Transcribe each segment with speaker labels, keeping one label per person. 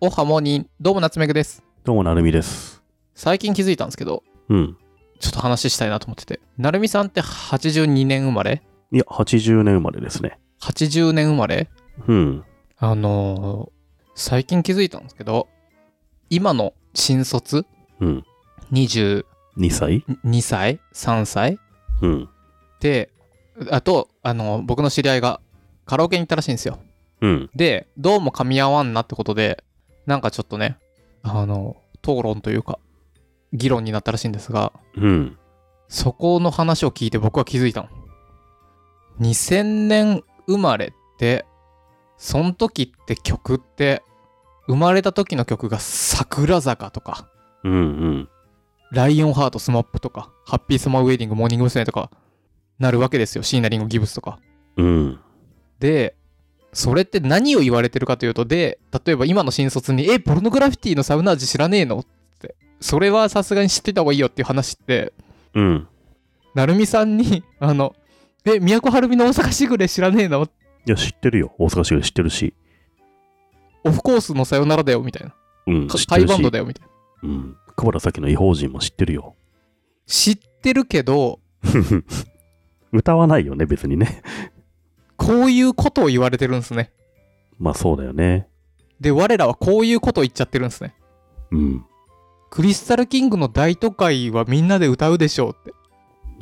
Speaker 1: おはもにどうも夏目くです
Speaker 2: どうも、なるみです。
Speaker 1: 最近気づいたんですけど
Speaker 2: うん。
Speaker 1: ちょっと話したいなと思っててなるみさんって82年生まれ
Speaker 2: いや、80年生まれですね。
Speaker 1: 80年生まれ
Speaker 2: うん。
Speaker 1: あのー最近気づいたんですけど今の新卒
Speaker 2: うん。
Speaker 1: 22
Speaker 2: 2歳
Speaker 1: 歳3歳
Speaker 2: うん。
Speaker 1: であとあのー僕の知り合いがカラオケに行ったらしいんですよ
Speaker 2: うん。
Speaker 1: でどうも噛み合わんなってことでなんかちょっとねあの討論というか議論になったらしいんですが
Speaker 2: うん。
Speaker 1: そこの話を聞いて僕は気づいたの。2000年生まれって、その時って曲って、生まれた時の曲が桜坂とか、
Speaker 2: うん。うん。
Speaker 1: ライオンハートスマップとか、ハッピーサマーウェディングモーニング娘。とか、なるわけですよ。シーナリンゴギブスとか。
Speaker 2: うん。
Speaker 1: で、それって何を言われてるかというと、で、例えば今の新卒に、え、ポルノグラフィティのサウナージ知らねえのって、それはさすがに知ってた方がいいよっていう話って、
Speaker 2: うん。
Speaker 1: なるみさんに、 あの、え、都はるみの大阪しぐれ知らねえの
Speaker 2: いや、知ってるよ。大阪市が知ってるし。
Speaker 1: オフコースのさよならだよ、みたいな。
Speaker 2: うん。
Speaker 1: か
Speaker 2: 知って
Speaker 1: カイ
Speaker 2: る
Speaker 1: バンド
Speaker 2: し。
Speaker 1: だよ、みたいな。
Speaker 2: うん。久原咲の異邦人も知ってるよ。
Speaker 1: 知ってるけど、
Speaker 2: 歌わないよね、別にね。
Speaker 1: こういうことを言われてるんですね。
Speaker 2: まあ、そうだよね。
Speaker 1: で、我らはこういうことを言っちゃってるんですね。
Speaker 2: うん。
Speaker 1: クリスタルキングの大都会はみんなで歌うでしょうって。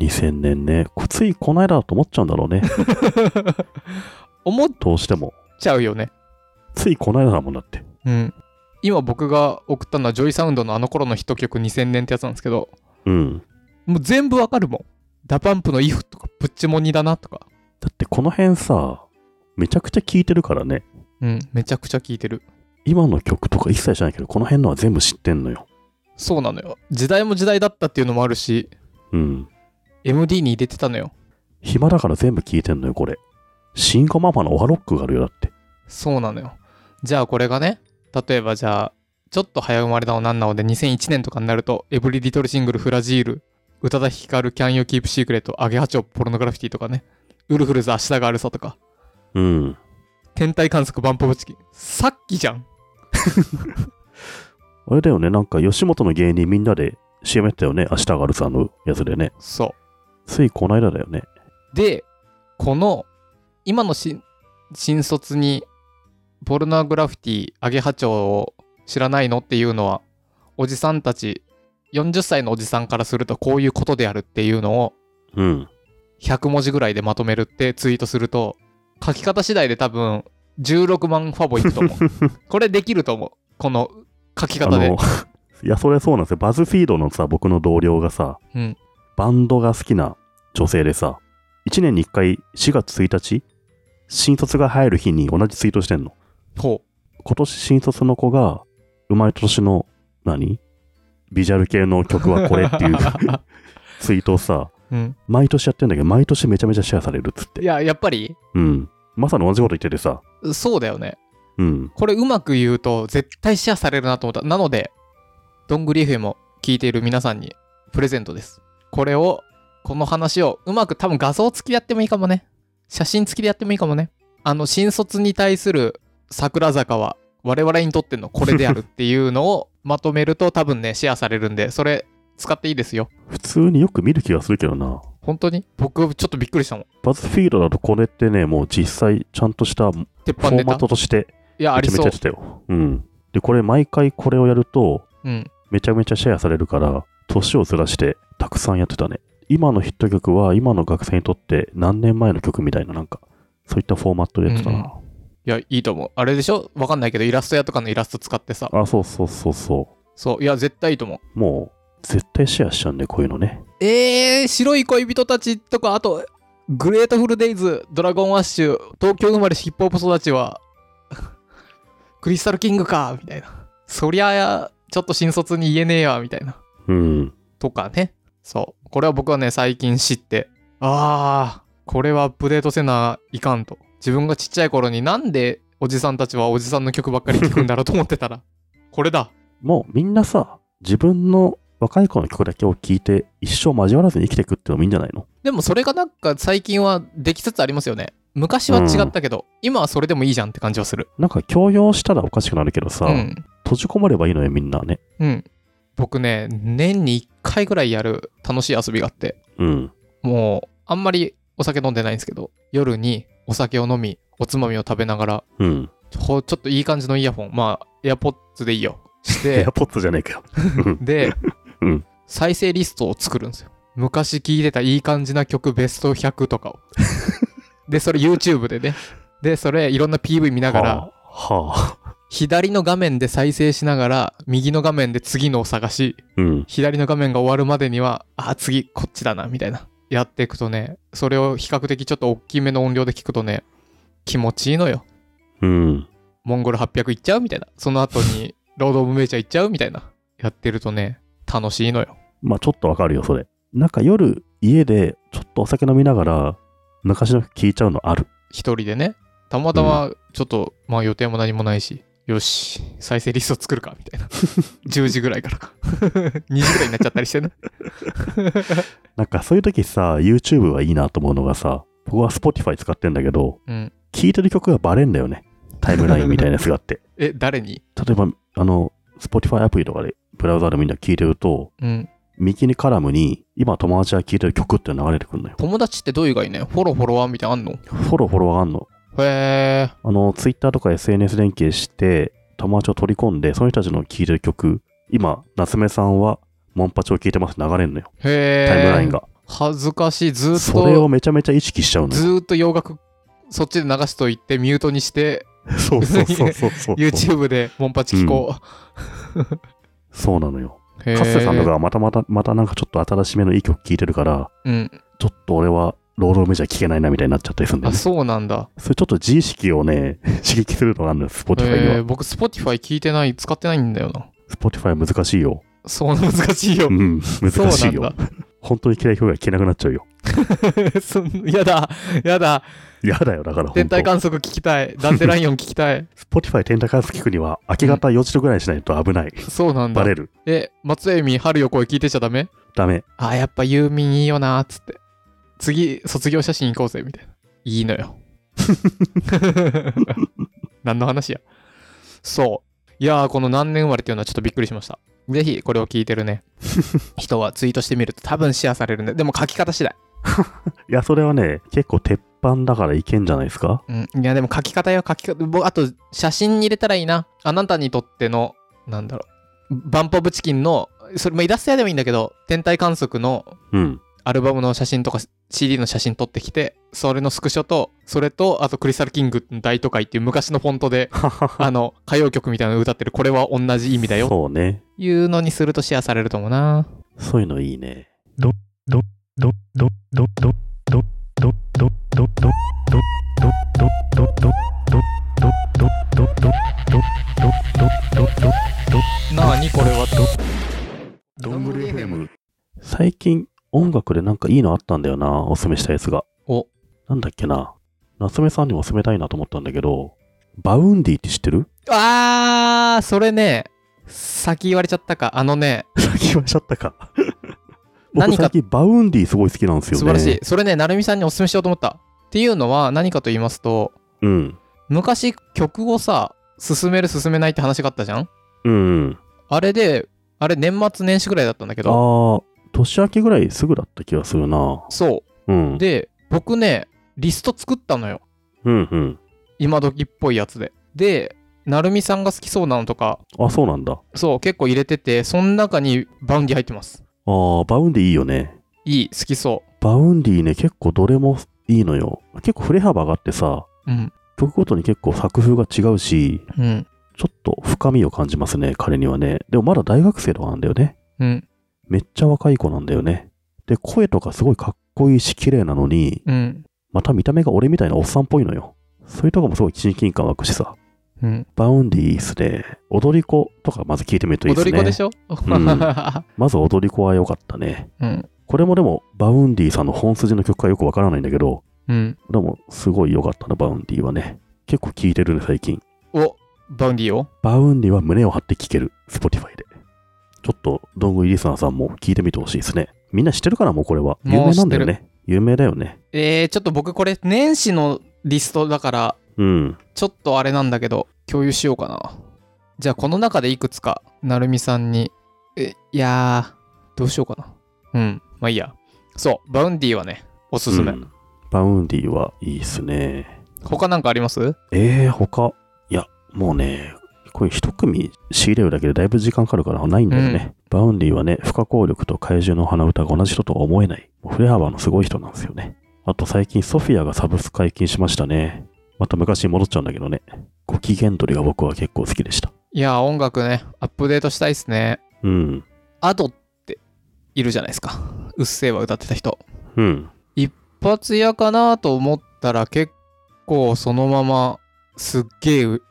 Speaker 2: 2000年ね。こついこの間だと思っちゃうんだろうね。
Speaker 1: 思っ
Speaker 2: どうしても。
Speaker 1: ちゃうよね。
Speaker 2: ついこの間だもんだって。
Speaker 1: うん。今僕が送ったのはジョイサウンドのあの頃のヒット曲2000年ってやつなんですけど、
Speaker 2: うん。
Speaker 1: もう全部わかるもん。ダパンプのイフとか、プッチモニだなとか。
Speaker 2: だってこの辺さ、めちゃくちゃ聞いてるからね。
Speaker 1: うん、めちゃくちゃ聴いてる。
Speaker 2: 今の曲とか一切知らないけど、この辺のは全部知ってんのよ。
Speaker 1: そうなのよ。時代も時代だったっていうのもあるし、
Speaker 2: うん。
Speaker 1: MD に入れてたのよ。
Speaker 2: 暇だから全部聞いてんのよ、これ。シンコママのオハロックがあるよ、だって。
Speaker 1: そうなのよ。じゃあこれがね、例えばじゃあ、ちょっと早生まれなのなんなので2001年とかになると、エブリディトルシングルフラジール、宇多田ヒカル、キャンユーキープシークレット、アゲハチョウ、ポルノグラフィティとかね、ウルフルズ、明日があるさとか、
Speaker 2: うん。
Speaker 1: 天体観測、バンポブチキン。さっきじゃん。
Speaker 2: あれだよね、なんか吉本の芸人みんなで CM やったよね、明日があるさんのやつでね。
Speaker 1: そ
Speaker 2: ついこの間だよね。
Speaker 1: う。で、この、今の新新卒に、ポルノグラフィティ、アゲハチョウを知らないのっていうのは、おじさんたち、40歳のおじさんからするとこういうことであるっていうのを、
Speaker 2: うん。
Speaker 1: 100文字ぐらいでまとめるってツイートすると書き方次第で多分16万ファボいくと 思うこれできると思うこの書き
Speaker 2: あ
Speaker 1: 方で
Speaker 2: の、 いや、それそうなんですよ。バズフィードのさ、僕の同僚がさ、
Speaker 1: うん
Speaker 2: バンドが好きな女性でさ、1年に1回4月1日、新卒が入る日に同じツイートしてんの。
Speaker 1: ほ
Speaker 2: 今年新卒の子が生まれた年の何ビジュアル系の曲はこれって いうツイートをさ
Speaker 1: う、うん、
Speaker 2: 毎年やってんだけど毎年めちゃめちゃシェアされるっつっ
Speaker 1: い
Speaker 2: て
Speaker 1: ややっぱり
Speaker 2: うんまさに同じこと言っててさ
Speaker 1: そうだよね
Speaker 2: うん
Speaker 1: これうまく言うと絶対シェアされるなと思ったなのでどんぐり FM を聞いている皆さんにプレゼントですこれをこの話をうまく多分画像付きでやってもいいかもね写真付きでやってもいいかもねあの新卒に対する桜坂は我々にとってのこれであるっていうのをまとめると多分ね シェアされるんでそれ使っていいですよ
Speaker 2: 普通によく見る気がするけどな
Speaker 1: 本当に僕ちょっとびっくりしたもん
Speaker 2: バズフィードだとこれってねもう実際ちゃんとしたフ
Speaker 1: 鉄板
Speaker 2: ォ
Speaker 1: ネ
Speaker 2: ーマ
Speaker 1: タ
Speaker 2: ットとして
Speaker 1: いやあ
Speaker 2: め
Speaker 1: り
Speaker 2: ちゃめち
Speaker 1: そ
Speaker 2: ゃ
Speaker 1: う
Speaker 2: やってたようんでこれ毎回これをやると
Speaker 1: うん
Speaker 2: めちゃめちゃシェアされるから年をずらしてたくさんやってたね今のヒット曲は今の学生にとって何年前の曲みたいななんかそういったフォーマットでやってたな、
Speaker 1: いやいいと思うあれでしょわかんないけどイラスト屋とかのイラスト使ってさ
Speaker 2: あそうそうそうそ
Speaker 1: そういや絶対いいと思う
Speaker 2: うもう絶対シェアしちゃうんでこういうのね
Speaker 1: えー、白い恋人たちとか、あと、グレートフルデイズ、ドラゴンアッシュ、東京生まれヒップホップ育ちは、 クリスタルキングか、みたいな。そりゃあ、ちょっと新卒に言えねえや、みたいな。
Speaker 2: うん
Speaker 1: とかね。そう。これは僕はね、最近知って、あー、これはアップデートせないかんと。自分がちっちゃい頃になんでおじさんたちはおじさんの曲ばっかり聴くんだろうと思ってたら、これだ。
Speaker 2: もうみんなさ自分の若い子の曲だけを聴いて一生交わらずに生きていくってのもいいんじゃないの
Speaker 1: でもそれがなんか最近はできつつありますよね。昔は違ったけど、今はそれでもいいじゃんって感じはする。
Speaker 2: なんか強要したらおかしくなるけどさ、
Speaker 1: うん。
Speaker 2: 閉じ込まればいいのよ、みんなね。
Speaker 1: うん。僕ね、年に1回ぐらいやる楽しい遊びがあって、
Speaker 2: うん。
Speaker 1: もう、あんまりお酒飲んでないんですけど、夜にお酒を飲み、おつまみを食べながら、
Speaker 2: うん。
Speaker 1: ほちょっといい感じのイヤホン、まあ、エアポッツでいいよ。し
Speaker 2: エ
Speaker 1: て
Speaker 2: ア、ポッドじゃねえかよ。
Speaker 1: で、
Speaker 2: うん
Speaker 1: 再生リストを作るんですよ。昔聴いてたいい感じな曲ベスト100とかを。 で、それ YouTube でね。で、それいろんな PV 見ながら、
Speaker 2: はあ、はあ。
Speaker 1: 左の画面で再生しながら、右の画面で次のを探し、
Speaker 2: うん。
Speaker 1: 左の画面が終わるまでには、あ、次こっちだな、みたいな。やっていくとね、それを比較的ちょっと大きめの音量で聞くとね、気持ちいいのよ。
Speaker 2: うん。
Speaker 1: モンゴル800行っちゃうみたいな。その後に、ロード・オブ・メイチャー行っちゃうみたいな。やってるとね、楽しいのよ。
Speaker 2: まあちょっとわかるよ、それ。なんか夜、家でちょっとお酒飲みながら、昔の曲聞いちゃうのある。
Speaker 1: 一人でね。たまたま、ちょっと、まあ予定も何もないし、よし、再生リスト作るか、みたい な。10時ぐらいから か。2時ぐらいになっちゃったりしてね。
Speaker 2: なんかそういう時さ、YouTube はいいなと思うのがさ、僕は Spotify 使ってんだけど、
Speaker 1: うん。
Speaker 2: 聴いてる曲がバレんだよね。タイムラインみたいなやつがあって。
Speaker 1: え、誰に
Speaker 2: 例えば、あの、Spotify アプリとかで、ブラウザでみんな聞いてると、
Speaker 1: うん。
Speaker 2: 右にカラムに、今友達が聴いてる曲って流れてくるのよ。
Speaker 1: 友達ってどういうがいいねフォローフォロワーみたいなのあんの
Speaker 2: フォローフォロワーがあんの。
Speaker 1: へー。
Speaker 2: あの、Twitter とか SNS 連携して、友達を取り込んで、その人たちの聴いてる曲、今、夏目さんは、モンパチを聴いてます、流れんのよ。
Speaker 1: へー。
Speaker 2: タイムラインが。
Speaker 1: 恥ずかしい。ずーっ
Speaker 2: それを
Speaker 1: と、
Speaker 2: めちゃめちゃ意識しちゃうの
Speaker 1: ず
Speaker 2: よ。
Speaker 1: ーっと洋楽、そっちで流しといて、ミュートにして、
Speaker 2: そうそうそうそうそう。
Speaker 1: YouTube でモンパチ聞こ
Speaker 2: そうなのよ。
Speaker 1: う。へー
Speaker 2: カッセさんとかまたまた、またなんかちょっと新しめのいい曲聴いてるから、
Speaker 1: うん。
Speaker 2: ちょっと俺は、ロードメジャー聴けないなみたいになっちゃったりするんだよ
Speaker 1: あ、
Speaker 2: ね。
Speaker 1: そうなんだ。
Speaker 2: それちょっと自意識をね、 刺激するのがあるのよ、Spotify
Speaker 1: え
Speaker 2: に
Speaker 1: ー、
Speaker 2: は。
Speaker 1: 僕、Spotify 聞いてない、使ってないんだよな。
Speaker 2: Spotify 難しいよ。
Speaker 1: そう、難しいよ
Speaker 2: う。ん、難しい
Speaker 1: そうな
Speaker 2: よ
Speaker 1: ん。
Speaker 2: 本当に嫌い表が消えなくなっちゃうよ。
Speaker 1: そんやだ、 やだ、
Speaker 2: 嫌だよ、だから本
Speaker 1: 天
Speaker 2: 当。
Speaker 1: 体観測聞きたい、ダンデライオン聞き たい。
Speaker 2: Spotify 天体観測聞くには、明け方4時とぐらいにしないと危ない。
Speaker 1: そうなんだ
Speaker 2: バ。レる。
Speaker 1: え、松江美、春よ声聞いてちゃダメ
Speaker 2: ダメ。
Speaker 1: あ、やっぱユーミンいいよな、つって。次、卒業写真行こうぜ、みたいな。いいの よ。何の話や。そう。いやー、この何年生まれっていうのはちょっとびっくりしました。ぜひ、これを聞いてる ね。人はツイートしてみると多分シェアされるんで、でも書き方次第。
Speaker 2: いや、それはね、結構鉄板だからいけんじゃないですか
Speaker 1: うん、いやでも書き方よ書き方僕あと写真に入れたらいいなあなたにとってのなんだろうバンポブチキンのそれもイラスト屋でもいいんだけど天体観測の
Speaker 2: うん。
Speaker 1: アルバムの写真とか CD の写真撮ってきてそれのスクショとそれとあとクリスタルキング大都会っていう昔のフォント であの歌謡曲みたいなの歌ってるこれは同じ意味だよ
Speaker 2: そうね。
Speaker 1: いうのにするとシェアされると思うな
Speaker 2: そういうのいいね。
Speaker 1: なあにこれは
Speaker 2: どんぐり FM 最近音楽でなんかいいのあったんだよな、おすすめしたやつが。
Speaker 1: お
Speaker 2: なんだっけな。夏目さんにも勧めたいなと思ったんだけど、バウンディって知ってる
Speaker 1: あーそれね先言われちゃったかあのね
Speaker 2: 先言われちゃっ たか。僕
Speaker 1: 何か
Speaker 2: 最近バウンディすごい好きなんですよね。
Speaker 1: 素晴らしい。それね成美さんにお勧めしようと思ったっていうのは何かと言いますと
Speaker 2: うん。
Speaker 1: 昔曲をさ進める進めないって話があったじゃん
Speaker 2: うんうん。
Speaker 1: あれであれ年末年始ぐらいだったんだけ
Speaker 2: あ
Speaker 1: ど
Speaker 2: ー、年明けぐらいすぐだった気がするな。
Speaker 1: そ
Speaker 2: うん。
Speaker 1: うで僕ねリスト作ったのよ
Speaker 2: うんうん。
Speaker 1: 今時っぽいやつでで成美さんが好きそうなのとか
Speaker 2: あ、そうなんだ。
Speaker 1: そう結構入れててその中にバウンディ入ってます
Speaker 2: あー、バウンディいいよね。
Speaker 1: いい好きそ
Speaker 2: バウンディね、結構どれもいいのよ。結構振れ幅があってさ、
Speaker 1: ううん
Speaker 2: 曲ごとに結構作風が違うし、
Speaker 1: うん
Speaker 2: ちょっと深みを感じますね、彼にはね。でもまだ大学生とかなんだよね。
Speaker 1: うん
Speaker 2: めっちゃ若い子なんだよね。で、声とかすごいかっこいいし、綺麗なのに、
Speaker 1: うん
Speaker 2: また見た目が俺みたいなおっさんっぽいのよ。そういうとこもすごい親近感湧くしさ。
Speaker 1: うん、
Speaker 2: バウンディいいっすね。踊り子とかまず聞いてみるといいです
Speaker 1: 踊
Speaker 2: ね。
Speaker 1: り子でしょ、 う
Speaker 2: まず踊り子は良かったね。
Speaker 1: ん、
Speaker 2: これもでも、バウンディさんの本筋の曲はよくわからないんだけど、
Speaker 1: うん、
Speaker 2: でもすごい良かったな、バウンディはね。結構聴いてるね、最近。
Speaker 1: おバウンディを
Speaker 2: バウンディは胸を張って聴ける、Spotify で。ちょっと、どんぐりリスナーさんも聴いてみてほしいですね。みんな知ってるからもうこれは。有
Speaker 1: もう
Speaker 2: 名
Speaker 1: 知
Speaker 2: な
Speaker 1: っ
Speaker 2: んだ
Speaker 1: てる
Speaker 2: よね。有名だよね。
Speaker 1: えー、ちょっと僕これ年始のリストだから
Speaker 2: うん。
Speaker 1: ちょっとあれなんだけど共有しようかなじゃあこの中でいくつかなるみさんにえいやーどうしようかなうんまあいいやそうバウンディはねおすすめ、
Speaker 2: うんバウンディはいいっすね。
Speaker 1: 他なんかあります
Speaker 2: えー、他、いや、もうね、これ一組仕入れるだけでだいぶ時間かかるからないんだよね。バウンディはね、不可抗力と怪獣の鼻歌が同じ人とは思えない、もう振れ幅のすごい人なんですよね。あと最近ソフィアがサブス解禁しましたね。また昔に戻っちゃうんだけどね。ご機嫌取りが僕は結構好きでした。
Speaker 1: いやー音楽ねアップデートしたいっすね
Speaker 2: うん。
Speaker 1: アドっているじゃないですかうっせぇわ歌ってた人
Speaker 2: うん。
Speaker 1: 一発屋かなと思ったら結構そのまますっげえう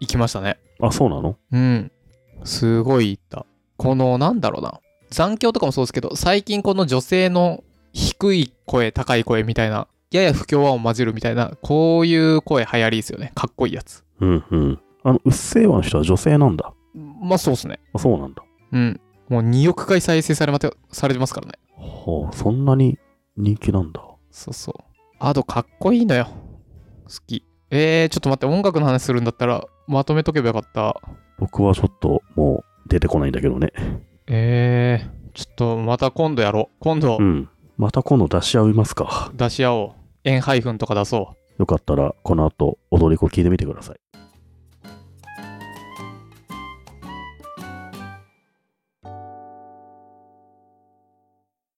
Speaker 1: 行きましたね
Speaker 2: あ、そうなの
Speaker 1: うんすごい行ったこのなんだろうな残響とかもそうですけど最近この女性の低い声高い声みたいなやや不協和音混じるみたいなこういう声流行りですよねかっこいいやつ
Speaker 2: うんうん。あの、うっせぇわの人は女性なんだ。
Speaker 1: まあそうっすね
Speaker 2: あ、そうなんだ。
Speaker 1: うんもう2億回再生されまてされてますからね
Speaker 2: はあ、そんなに人気なんだ。
Speaker 1: そうそう。アドかっこいいのよ。好き。えー、ちょっと待って、音楽の話するんだったら、まとめとけばよかった。
Speaker 2: 僕はちょっともう出てこないんだけどね。
Speaker 1: えー、ちょっとまた今度やろう。今度
Speaker 2: うん。また今度出し合いますか。
Speaker 1: 出し合おう。円配分とか出そう。
Speaker 2: よかったらこの後踊り子聞いてみてください。